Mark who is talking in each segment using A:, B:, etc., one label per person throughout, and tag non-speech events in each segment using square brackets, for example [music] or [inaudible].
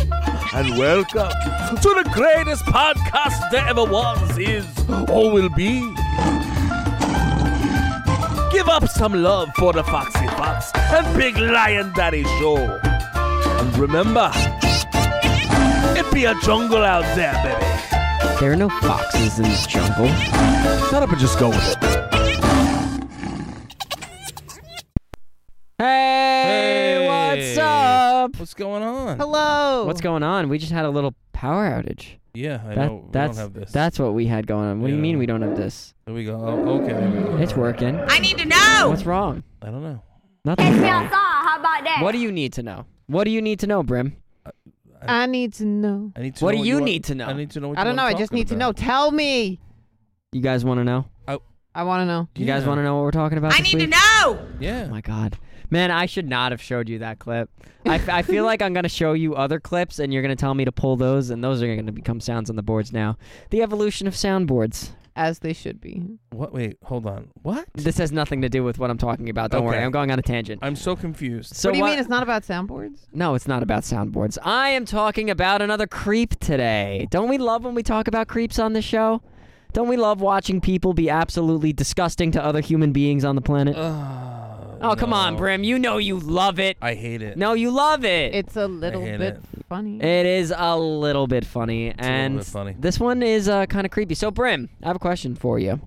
A: and welcome to the greatest podcast there ever was, is, or will be. Give up some love for the Foxy Fox and Big Lion Daddy Show. And remember, it be a jungle out there, baby.
B: There are no foxes in this jungle.
A: Shut up and just go with it.
B: Hey, what's
C: Hey.
B: up? Oh.
C: What's going on?
D: Hello.
B: What's going on? We just had a little power outage.
C: Yeah, I
B: That-
C: know. We
B: that's
C: don't have this.
B: that's what we had going on. What do you
C: Yeah.
B: mean we don't have this?
C: There we go. Oh, okay. There we go.
B: It's working.
D: I need to know.
B: What's wrong?
C: I don't know.
B: Nothing. wrong.
E: How about that?
B: What do you need to know? What do you need to know, Brim?
D: I need to know.
C: I need to
B: What
C: know
B: do you
C: want-
B: need to know?
C: I need to know. What
D: I
C: you
D: don't know.
C: wanna
D: I just
C: talk
D: need to know.
C: about.
D: Tell me.
B: You guys want to know?
D: I want to know.
B: You guys
C: Yeah.
B: want to know what we're talking about?
D: I
B: this
D: need to
B: week?
D: know.
C: Yeah.
B: Oh my god, man! I should not have showed you that clip. I, f- I feel like I'm gonna show you other clips, and you're gonna tell me to pull those, and those are gonna become sounds on the boards now. The evolution of soundboards.
D: As they should be.
C: What? Wait. Hold on. What?
B: This has nothing to do with what I'm talking about. Don't worry,
C: Okay.
B: I'm going on a tangent.
C: I'm so confused.
B: So
D: Uh, what do you mean it's not about soundboards?
B: No, it's not about soundboards. I am talking about another creep today. Don't we love when we talk about creeps on this show? Don't we love watching people be absolutely disgusting to other human beings on the planet?
C: Oh,
B: oh, come on,
C: no.
B: Brim. You know you love
D: Uh,
B: it.
C: I hate it.
B: No, you love it.
D: It's a little
C: hate
D: bit
C: it.
D: funny.
B: It is a little bit funny,
C: a little
B: and
C: bit funny.
B: this one is uh, kind of creepy. So, Brim, I have a question for you.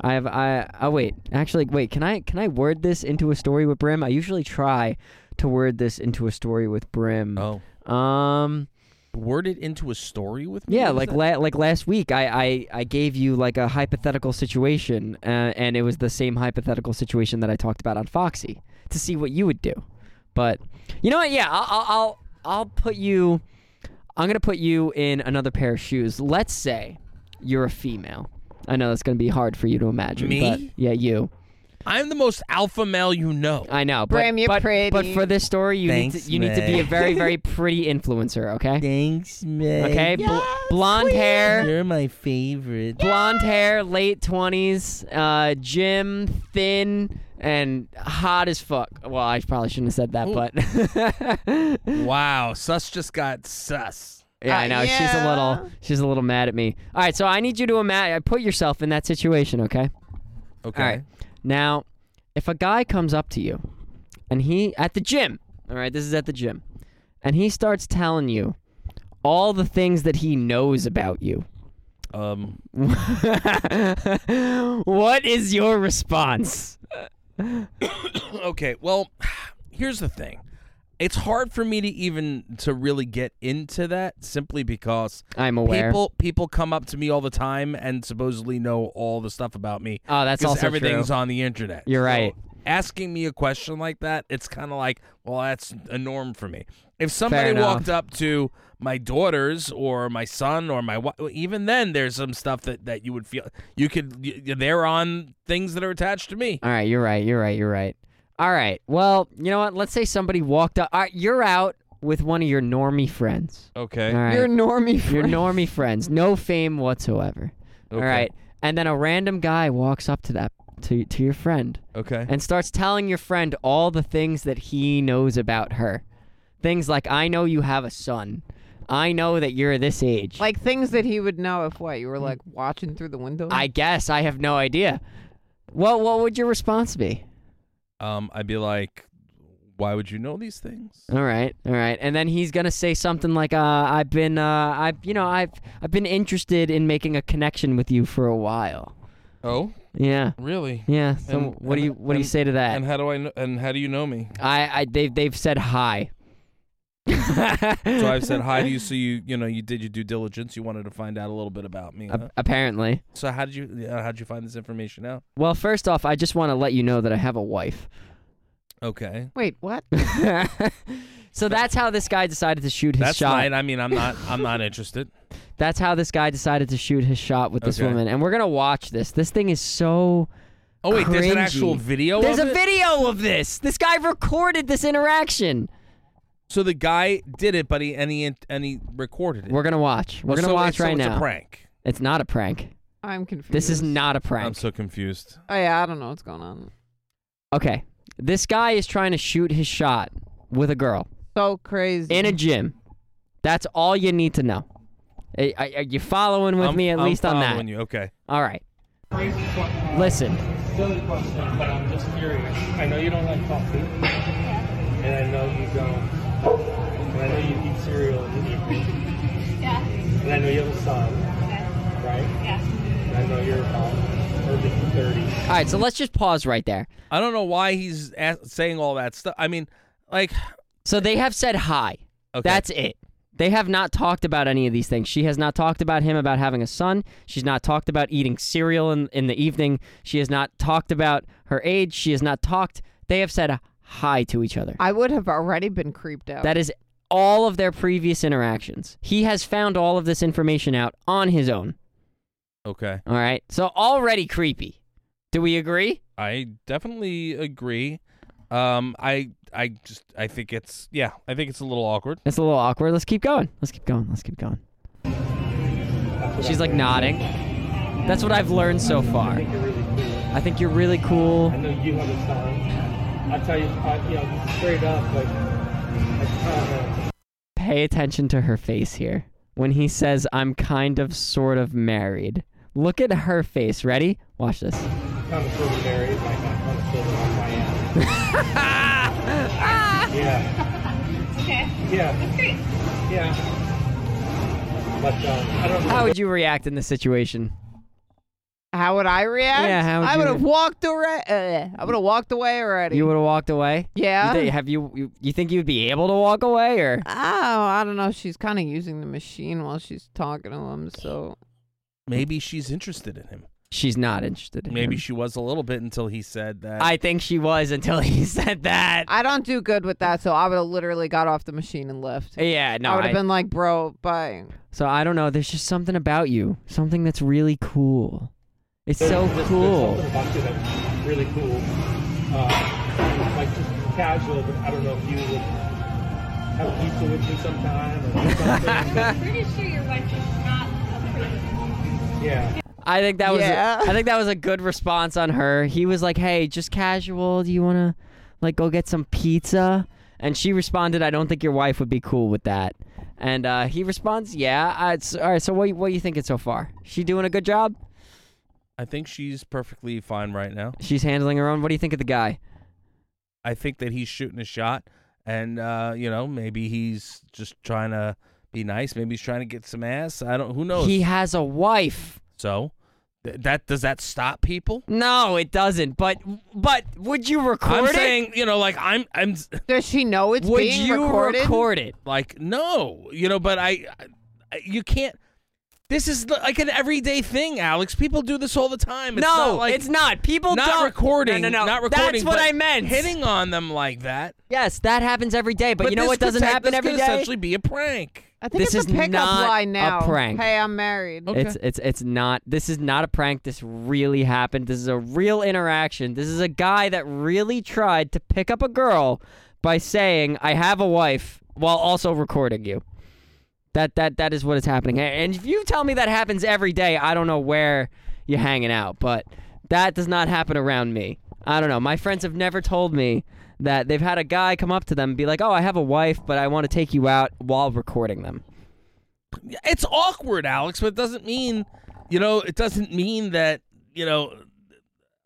B: I have I oh wait actually wait can I can I word this into a story with Brim? I usually try to word this into a story with Brim.
C: Oh.
B: Um
C: Word it into a story with me.
B: yeah,
C: What is
B: like
C: that?
B: la- like last week I, I I gave you like a hypothetical situation uh, and it was the same hypothetical situation that I talked about on Foxy to see what you would do. But you know what? Yeah, I'll I'll I'll, I'll put you I'm going to put you in another pair of shoes. Let's say you're a female. I know that's going to be hard for you to imagine.
C: Me?
B: But yeah, you.
C: I'm the most alpha male you know.
B: I know. But,
D: Bram, you're
B: but, But
D: pretty.
B: for this story, you need
C: Thanks,
B: to, you need to be a
C: Meg.
B: very
C: [laughs]
B: very pretty influencer. Okay.
C: Thanks, man.
B: Okay. Bl- blonde hair.
C: You're my favorite.
B: blonde hair, late twenties, uh, gym, thin, and hot as fuck. Well, I probably shouldn't have said that,
C: Ooh.
B: but
C: Wow. Sus just got sus.
B: [laughs] yeah, I
D: Uh,
B: know she's a
D: yeah.
B: little, she's a little mad at me. All right, so I need you to imagine, put yourself in that situation, okay?
C: Okay.
B: All right. Now, if a guy comes up to you, and he at the gym, all right, this is at the gym, and he starts telling you all the things that he knows about you. [laughs]
C: Um.
B: what is your response?
C: Okay, well, here's the thing. It's hard for me to even to really get into that simply because
B: I'm aware.
C: people people come up to me all the time and supposedly know all the stuff about me.
B: oh, that's
C: Because
B: also
C: everything's
B: true.
C: on the internet.
B: You're
C: So
B: right.
C: asking me a question like that, it's kind of like, well, that's a norm for me. If somebody
B: enough.
C: walked up to my daughters or my son or my wife, even then, there's some stuff that, that you would feel you could. y- They're on things that are attached to me.
B: All right, you're right. You're right. You're right. All right. Well, you know what? Let's say somebody walked up. All right, you're out with one of your normie friends.
C: Okay.
B: All right.
D: You're normie.
B: Your
D: friend.
B: normie friends, no fame whatsoever. All
C: Okay.
B: right. And then a random guy walks up to that to to your friend
C: Okay.
B: and starts telling your friend all the things that he knows about her. Things like I know you have a son. I know that you're this age.
D: [laughs] Like things that he would know if what you were like watching through the window.
B: Mm. I guess I have no idea. Well, what would your response be?
C: um, I'd be like, why would you know these things?
B: All right, all right, and then he's gonna say something like, uh, "I've been, uh, I've, you know, I've, I've been interested in making a connection with you for a while."
C: Oh,
B: Yeah,
C: really?
B: yeah. So
C: And-
B: what
C: and-
B: do you, what do you
C: and-
B: say to that?
C: And how do I know? And how do you know me?
B: I, I, they've, they've said hi.
C: So I've said hi to
B: [laughs]
C: you. So you, you know, you did your due diligence. You wanted to find out a little bit about me. huh?
B: A- apparently.
C: So how did you? Uh, how did you find this information out?
B: Well, first off, I just want to let you know that I have a wife. [laughs]
C: Okay,
D: Wait, what?
B: so that's how this guy decided to shoot his
C: that's
B: shot.
C: fine. I mean, I'm not. I'm not interested.
B: That's how this guy decided to shoot his shot with this
C: Okay.
B: woman, and we're gonna watch this. This thing is so.
C: Oh wait, there's an
B: Cringy.
C: actual video.
B: There's
C: of
B: a
C: it?
B: video of this. This guy recorded this interaction.
C: So the guy did it, but he and he and he recorded it.
B: We're gonna watch. We're gonna
C: So-
B: watch
C: so
B: right
C: it's
B: now.
C: a prank.
B: It's not a prank.
D: I'm confused.
B: This is not a
C: I'm
B: prank.
C: so confused.
D: Oh yeah, I don't know what's going on.
B: Okay, this guy is trying to shoot his shot with a girl
D: So crazy.
B: in a gym. That's all you need to know. Are, are- are you following with
C: I'm-
B: me at
C: I'm
B: least on that?
C: following you. Okay.
B: All right. Listen,
E: Silly question, but I'm just curious. I know you don't like coffee, and I know you don't. And I know you eat cereal in the evening,
F: Yeah.
E: and I know you have a son,
F: Okay.
E: right?
F: Yeah.
E: And I know you're about early 30s.
B: all right. So let's just pause right there.
C: I don't know why he's a- saying all that stuff. I mean, like,
B: So they have said hi.
C: okay.
B: That's it. They have not talked about any of these things. She has not talked about him about having a son. She's not talked about eating cereal in, in the evening. She has not talked about her age. She has not talked. They have said hi to each other.
D: I would have already been creeped out.
B: That is all of their previous interactions. He has found all of this information out on his own.
C: okay.
B: All right. So already creepy. Do we agree?
C: I definitely agree. Um, I, I just, I think it's, yeah, I think it's a little awkward.
B: It's a little awkward. Let's keep going. Let's keep going. Let's keep going. She's like nodding. That's what I've learned so far.
E: You're really cool.
B: I think you're really cool.
E: I know you have a son. I tell you, I, you know, straight up, like, I kind
B: Pay attention to her face here. When he says, I'm kind of sort of married. Look at her face. Ready? Watch this.
E: of, kind of sort of married, like, I'm kind of sort of on my own. yeah,
F: Okay.
E: yeah,
F: That's great.
E: yeah. But um, I don't know.
B: How would you react in this situation?
D: how would I react?
B: Yeah, how would
D: I
B: you
D: would have
B: re-
D: walked away. Uh, I would have walked away already.
B: You would have walked away? You
D: yeah.
B: thi- have you, you you think you'd be able to walk away or
D: oh, I don't know. She's kind of using the machine while she's talking to him. So
C: Maybe she's interested in him.
B: she's not interested in
C: Maybe
B: him?
C: she was a little bit until he said that.
B: Mm-hmm. I think she was until he [laughs] said that.
D: I don't do good with that. So I would have literally got off the machine and left.
B: yeah, no.
D: I would
B: I-
D: have been like, bro, bye.
B: So I don't know. There's just something about you, something that's really cool. It's so
E: There's-
B: cool. [laughs]
E: There's something about you that's really cool. Uh, like just casual, but I don't know if you would have pizza with me sometime or something. but
F: Pretty sure your wife is not approving.
E: yeah.
B: I think that was
D: Yeah.
B: a, I think that was a good response on her. He was like, "Hey, just casual. Do you want to like go get some pizza?" And she responded, "I don't think your wife would be cool with that." And uh, he responds, "Yeah. I, it's, all right. So what what you thinking so far? She doing a good job?
C: I think she's perfectly fine right now.
B: She's handling her own. What do you think of the guy?
C: I think that he's shooting a shot, and uh, you know, maybe he's just trying to be nice. Maybe he's trying to get some ass. I don't. Who knows?
B: He has a wife.
C: so th- that does that stop people?
B: No, it doesn't. But but would you record
C: I'm
B: it?
C: saying, you know, like I'm, I'm s-
D: Does she know it's
B: would
D: being
B: you
D: recorded?
B: record it?
C: like no, you know, but I, I you can't. This is li- like an everyday thing, Alex. People do this all the time. It's
B: no,
C: not like,
B: it's not. People
C: not
B: don't
C: recording.
B: No, no, no.
C: not recording.
B: That's what
C: but
B: I meant.
C: Hitting on them like that.
B: Yes, that happens every day. But, you know
C: this
B: what doesn't
C: could tec-
B: happen
C: this
B: every
C: could
B: day?
C: Essentially, be a prank.
D: I think
B: This
D: it's
B: is
D: a pickup
B: not
D: line
B: a
D: now.
B: prank. Oh,
D: Hey, I'm married.
C: Okay.
B: It's it's it's not. This is not a prank. This really happened. This is a real interaction. This is a guy that really tried to pick up a girl by saying, "I have a wife," while also recording you. That that that is what is happening. A- And if you tell me that happens every day, I don't know where you're hanging out, but that does not happen around me. I don't know. My friends have never told me that they've had a guy come up to them and be like, "Oh, I have a wife, but I want to take you out while recording them."
C: it's awkward, Alex, but it doesn't mean, you know, it doesn't mean that, you know,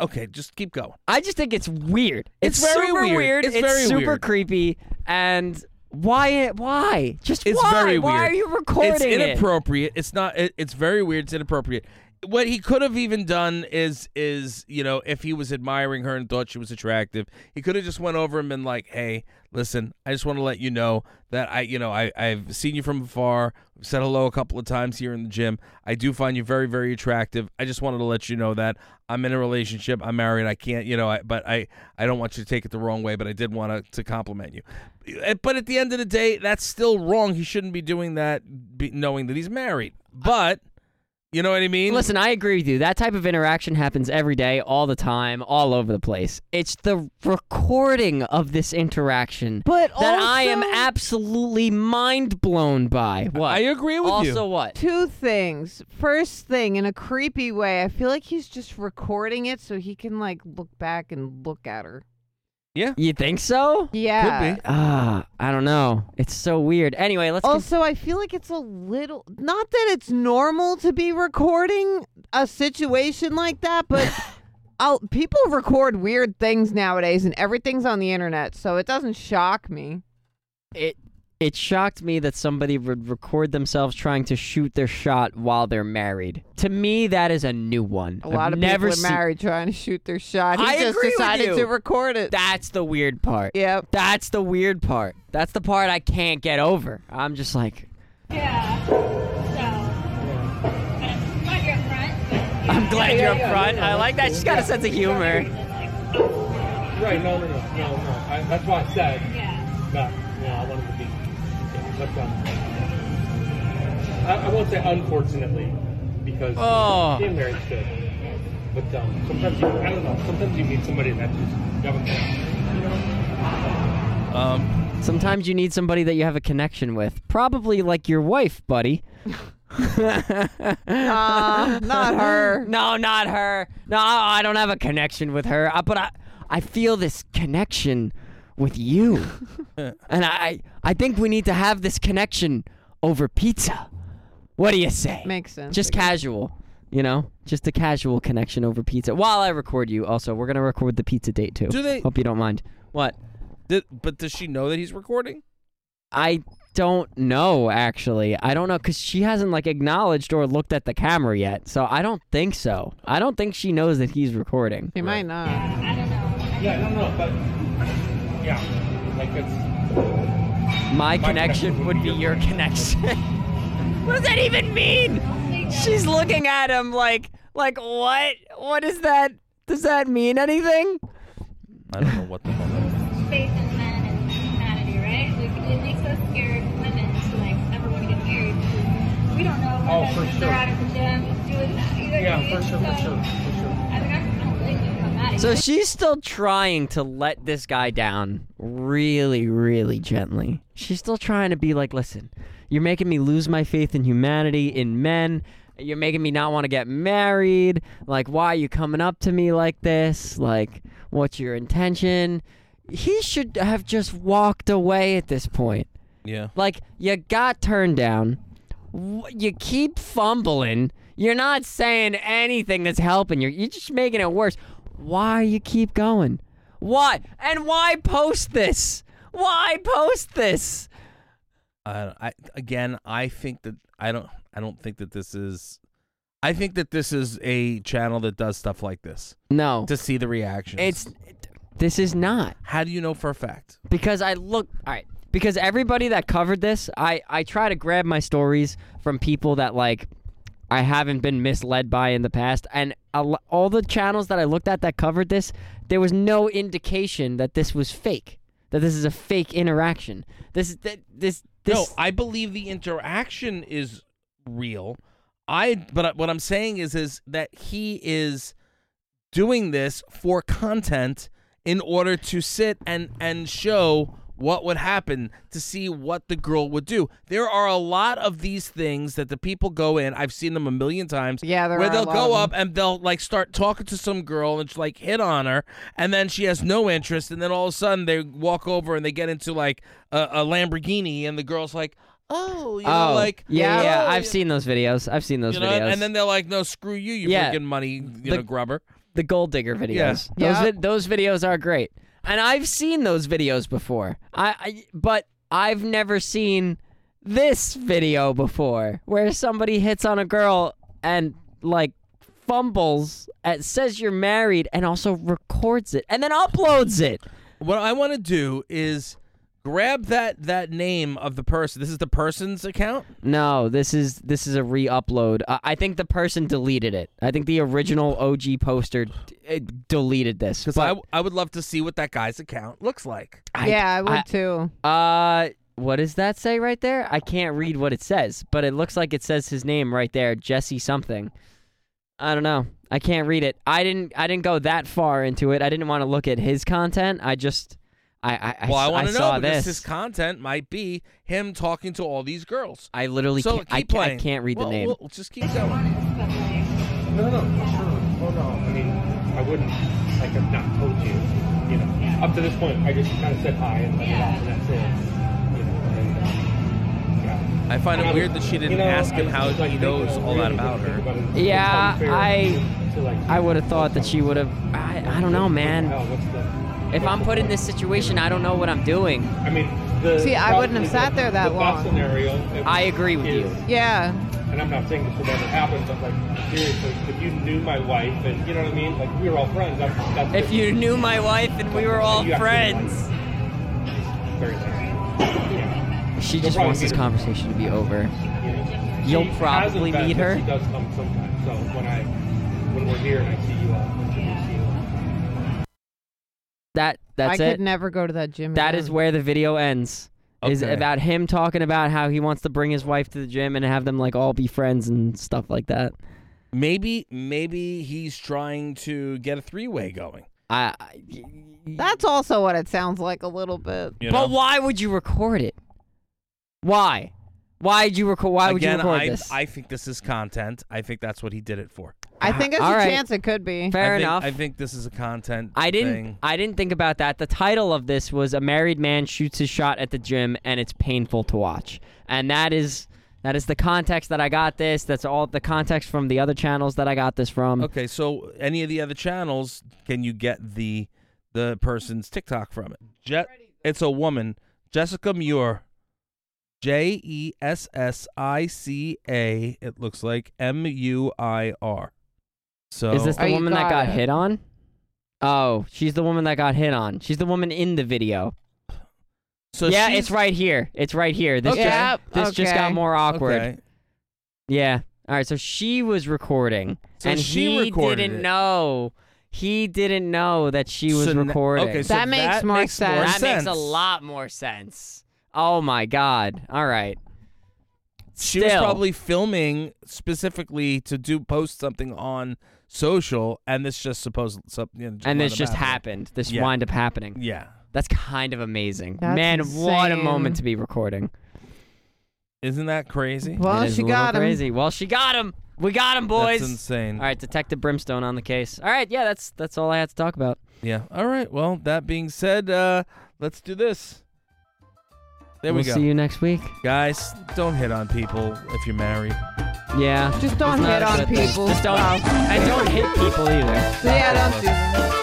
C: okay, just keep going.
B: I just think it's weird.
C: It's very
B: super
C: weird.
B: weird.
C: It's very
B: super
C: weird.
B: creepy. And why? Why? Just
C: It's
B: why?
C: very
B: Why
C: weird.
B: are you recording
C: it's
B: it?
C: inappropriate. It's not it, it's very weird, it's inappropriate. What he could have even done is is, you know, if he was admiring her and thought she was attractive, he could have just went over and been like, "Hey, listen, I just want to let you know that I, you know, I I've seen you from afar, said hello a couple of times here in the gym. I do find you very very attractive. I just wanted to let you know that I'm in a relationship. I'm married. I can't, you know, I, but I I don't want you to take it the wrong way, but I did want to, to compliment you. Eh, But at the end of the day, that's still wrong. He shouldn't be doing that be, knowing that he's married. But you know what I mean?
B: Listen, I agree with you. That type of interaction happens every day, all the time, all over the place. It's the recording of this interaction
D: But
B: that I am
D: also-
B: absolutely mind blown by. What?
C: I agree with
B: also
C: you.
B: what?
D: Two things. First thing, in a creepy way, I feel like he's just recording it so he can like look back and look at her.
C: Yeah.
B: You think so?
D: Yeah.
C: be.
B: Ah, I don't know. It's so weird. Anyway, let's. con-
D: Also, I feel like it's a little not that it's normal to be recording a situation like that,
B: [laughs]
D: but I'll, people record weird things nowadays and everything's on the internet, so it doesn't shock me.
B: it it shocked me that somebody would record themselves trying to shoot their shot while they're married. To me, that is a new one.
D: A lot
B: I've
D: of
B: never
D: people
B: seen-
D: are married trying to shoot their shot. He
B: I
D: just
B: agree with
D: decided
B: you.
D: to record it.
B: That's the weird part.
D: yep.
B: That's the weird part. That's the part I can't get over. I'm just like,
F: Yeah. So, but I'm glad you're upfront. but, you
B: I'm
F: know,
B: glad you're up
E: yeah,
B: front.
E: yeah,
B: I like that. She's got a sense of humor.
E: Right, no, no, no, no, no. I, that's why I said
F: Yeah.
E: that, you know, I wanted to be yeah, left on. I, I won't say unfortunately, because
B: Oh.
E: being married's good. But um, sometimes, you, I don't know, sometimes you need somebody that just, you have a- you know,
C: Um,
B: Sometimes you need somebody that you have a connection with. Probably like your wife, buddy. [laughs]
D: Uh, not her.
B: No, not her. No, I don't have a connection with her. I, but I, I feel this connection
C: [laughs]
B: with you, and I, I think we need to have this connection over pizza. What do you say?
D: Makes sense.
B: Just
D: I guess.
B: casual, you know, just a casual connection over pizza. While I record you, also, we're gonna record the pizza date too.
C: Do
B: [laughs]
C: they-
B: Hope you don't mind. What?
C: did, but does she know that he's recording?
B: I don't know actually. I don't know because she hasn't like acknowledged or looked at the camera yet, so I don't think so. I don't think she knows that he's recording.
D: He might not.
F: I don't know.
E: yeah, I don't know, but yeah, like it's,
B: My
E: connection
B: connection
E: would
B: would
E: be
B: be
E: your
B: your connection. what does that even mean? She's looking at him like, like what? What is that? Does that mean anything?
C: I don't know what the hell. That is.
F: Faith in men and humanity, right? Like, it makes us scared women to like ever want to get married. because We don't know if
E: Oh,
F: our
E: for
F: husbands
E: sure.
F: are out of the gym doing that. You know what I
E: yeah,
F: mean?
E: for sure, for
F: So,
E: sure, for sure.
F: I mean, I don't blame you on that.
B: [laughs] So she's still trying to let this guy down really, really gently. She's still trying to be like, listen, you're making me lose my faith in humanity, in men. You're making me not want to get married. Like, why are you coming up to me like this? Like, what's your intention? He should have just walked away at this point.
C: Yeah.
B: Like, you got turned down. W- You keep fumbling. You're not saying anything that's helping. You're, you're just making it worse. Why you keep going? Why? And why post this? Why post this?
C: I, I again, I think that I don't. I don't think that this is. I think that this is a channel that does stuff like this
B: No.
C: to see the reactions.
B: It's. This is not.
C: how do you know for a fact?
B: because I look all right. Because everybody that covered this, I I try to grab my stories from people that like I haven't been misled by in the past, and a lo- all the channels that I looked at that covered this, there was no indication that this was fake. That this is a fake interaction. This is that this this.
C: no, I believe the interaction is real. I but I- what I'm saying is is that he is doing this for content in order to sit and and show what would happen to see what the girl would do. There are a lot of these things that the people go in. I've seen them a million times.
D: Yeah, there
C: where
D: are a
C: they'll
D: lot
C: go up
D: of
C: and they'll like start talking to some girl and like hit on her, and then she has no interest, and then all of a sudden they walk over and they get into like a, a Lamborghini, and the girl's like, "Oh, you know,
B: oh,
C: like
B: yeah,
D: yeah,
B: yeah.
C: oh,
B: I've
C: you-
B: seen those videos. I've seen those
C: you know,"
B: videos.
C: and then they're like, "No, screw you, you
B: Yeah.
C: freaking money, you know,
B: The-
C: grubber."
B: the gold digger videos.
C: Yeah.
B: Those
D: Yeah.
B: vi- those videos are great, and I've seen those videos before. I, I but I've never seen this video before where somebody hits on a girl and like fumbles and says you're married and also records it and then uploads it.
C: What I want to do is grab that that name of the person. This is the person's account.
B: No, this is this is a re-upload. I, I think the person deleted it. I think the original OG poster d- it deleted this.
C: Because
B: but
C: I, I would love to see what that guy's account looks like.
B: I-
D: yeah, I would
B: I-
D: too.
B: Uh, what does that say right there? I can't read what it says, but it looks like it says his name right there, Jesse something. I don't know. I can't read it. I didn't. I didn't go that far into it. I didn't want to look at his content. I just. I. I. I
C: well, I
B: s-
C: want to know
B: saw
C: because
B: this.
C: his content might be him talking to all these girls.
B: I literally.
C: so
B: can't, I,
C: keep
B: I
C: playing.
B: can't read
C: Well,
B: the name.
C: We'll just keep going.
F: honest, but like,
E: No, no, for sure. Oh no, I mean, I wouldn't like I've not told you, you know.
F: yeah.
E: up to this point, I just kind of said hi and let it off, and that's it. You know, and, uh, yeah.
C: I find it
E: And
C: weird that she didn't
E: you know,
C: ask him
E: I
C: how
E: just, like,
C: he
E: think, you
C: knows
E: know,
C: all that
E: really
C: about
E: think
C: her.
E: about it. It's
B: Yeah,
E: unfair
B: I-
E: to, like,
B: I would have thought that she would have. I, I don't know, man.
E: hell, what's the-
B: If
E: what's
B: I'm
E: the
B: put in
E: point?
B: this situation, I don't know what I'm doing.
E: I mean, the
D: See, I wouldn't have
E: probably
D: sat there that
E: the
D: long.
E: best Scenario it
B: I agree with
E: is-
B: you.
D: Yeah.
E: And I'm not saying this would ever happen, but like seriously, if you knew my wife and you know what I mean, like we were all friends. That's, that's
B: If you knew my wife and we were all
E: You actually
B: friends,
E: like, very nice. Yeah.
B: she
E: You'll
B: just
E: probably
B: wants this
E: meet her.
B: conversation to be over.
E: You know,
B: You'll
E: she
B: probably
E: hasn't been,
B: meet
E: but
B: her.
E: She does come sometimes. So when I when we're here and I see you, I'll introduce you.
B: That that's
D: I
B: it.
D: could never go to that gym.
B: That
D: again.
B: is where the video ends. Is
C: Mm. Okay.
B: about him talking about how he wants to bring his wife to the gym and have them like all be friends and stuff like that.
C: Maybe maybe he's trying to get a three way going.
B: I.
D: That's also what it sounds like a little bit.
C: You know?
B: But why would you record it? Why? Why'd you record? Why would you
C: Again,
B: record
C: I,
B: this?
C: I think this is content. I think that's what he did it for.
D: I think it's
B: All
D: a
B: right.
D: chance it could be.
B: Fair
C: I think,
B: enough.
C: I think this is a content.
B: I didn't.
C: thing.
B: I didn't think about that. The title of this was "A Married Man Shoots His Shot at the Gym and It's Painful to Watch," and that is that is the context that I got this. That's all the context from the other channels that I got this from.
C: Okay, so any of the other channels, can you get the the person's TikTok from it? Je- it's a woman, Jessica Muir, J E S S I C A. It looks like M U I R. So
B: Is this the
D: Oh, you
B: woman that
D: got
B: got
D: it.
B: hit on? Oh, she's the woman that got hit on. She's the woman in the video.
C: so
B: yeah,
C: she's-
B: it's right here. It's right here. This
C: Okay.
B: just,
D: Yep,
B: this just
D: okay.
B: got more awkward.
C: Okay.
B: Yeah. All right. So she was recording,
C: So
B: and
C: she
B: he
C: recorded
B: didn't
C: it.
B: know. He didn't know that she was
C: So n-
B: recording.
C: Okay, so
D: That makes more sense.
B: that
C: sense.
B: makes a lot more sense. Oh my god. All right.
C: She was
B: Still.
C: probably filming specifically to do post something on social, and this just supposed something.
B: and this just happened. This
C: Yeah.
B: wind up happening.
C: Yeah,
B: That's kind of amazing.
D: That's
B: Man, what a
D: insane.
B: moment to be recording.
C: isn't that crazy?
D: Well,
B: It is
D: she
B: a little
D: got him.
B: crazy. Well, she got him. We got him, boys.
C: That's insane.
B: All right, Detective Brimstone on the case. All right, yeah, that's that's all I had to talk about.
C: Yeah. All right. Well, that being said, uh, let's do this. There
B: we'll
C: we go.
B: See you next week.
C: Guys, don't hit on people if you're married.
B: Yeah.
D: Just don't
B: It's not
D: hit
B: a
D: on
B: good thing.
D: people.
B: Just don't.
D: Wow.
B: And don't hit people either.
D: Yeah, don't do that.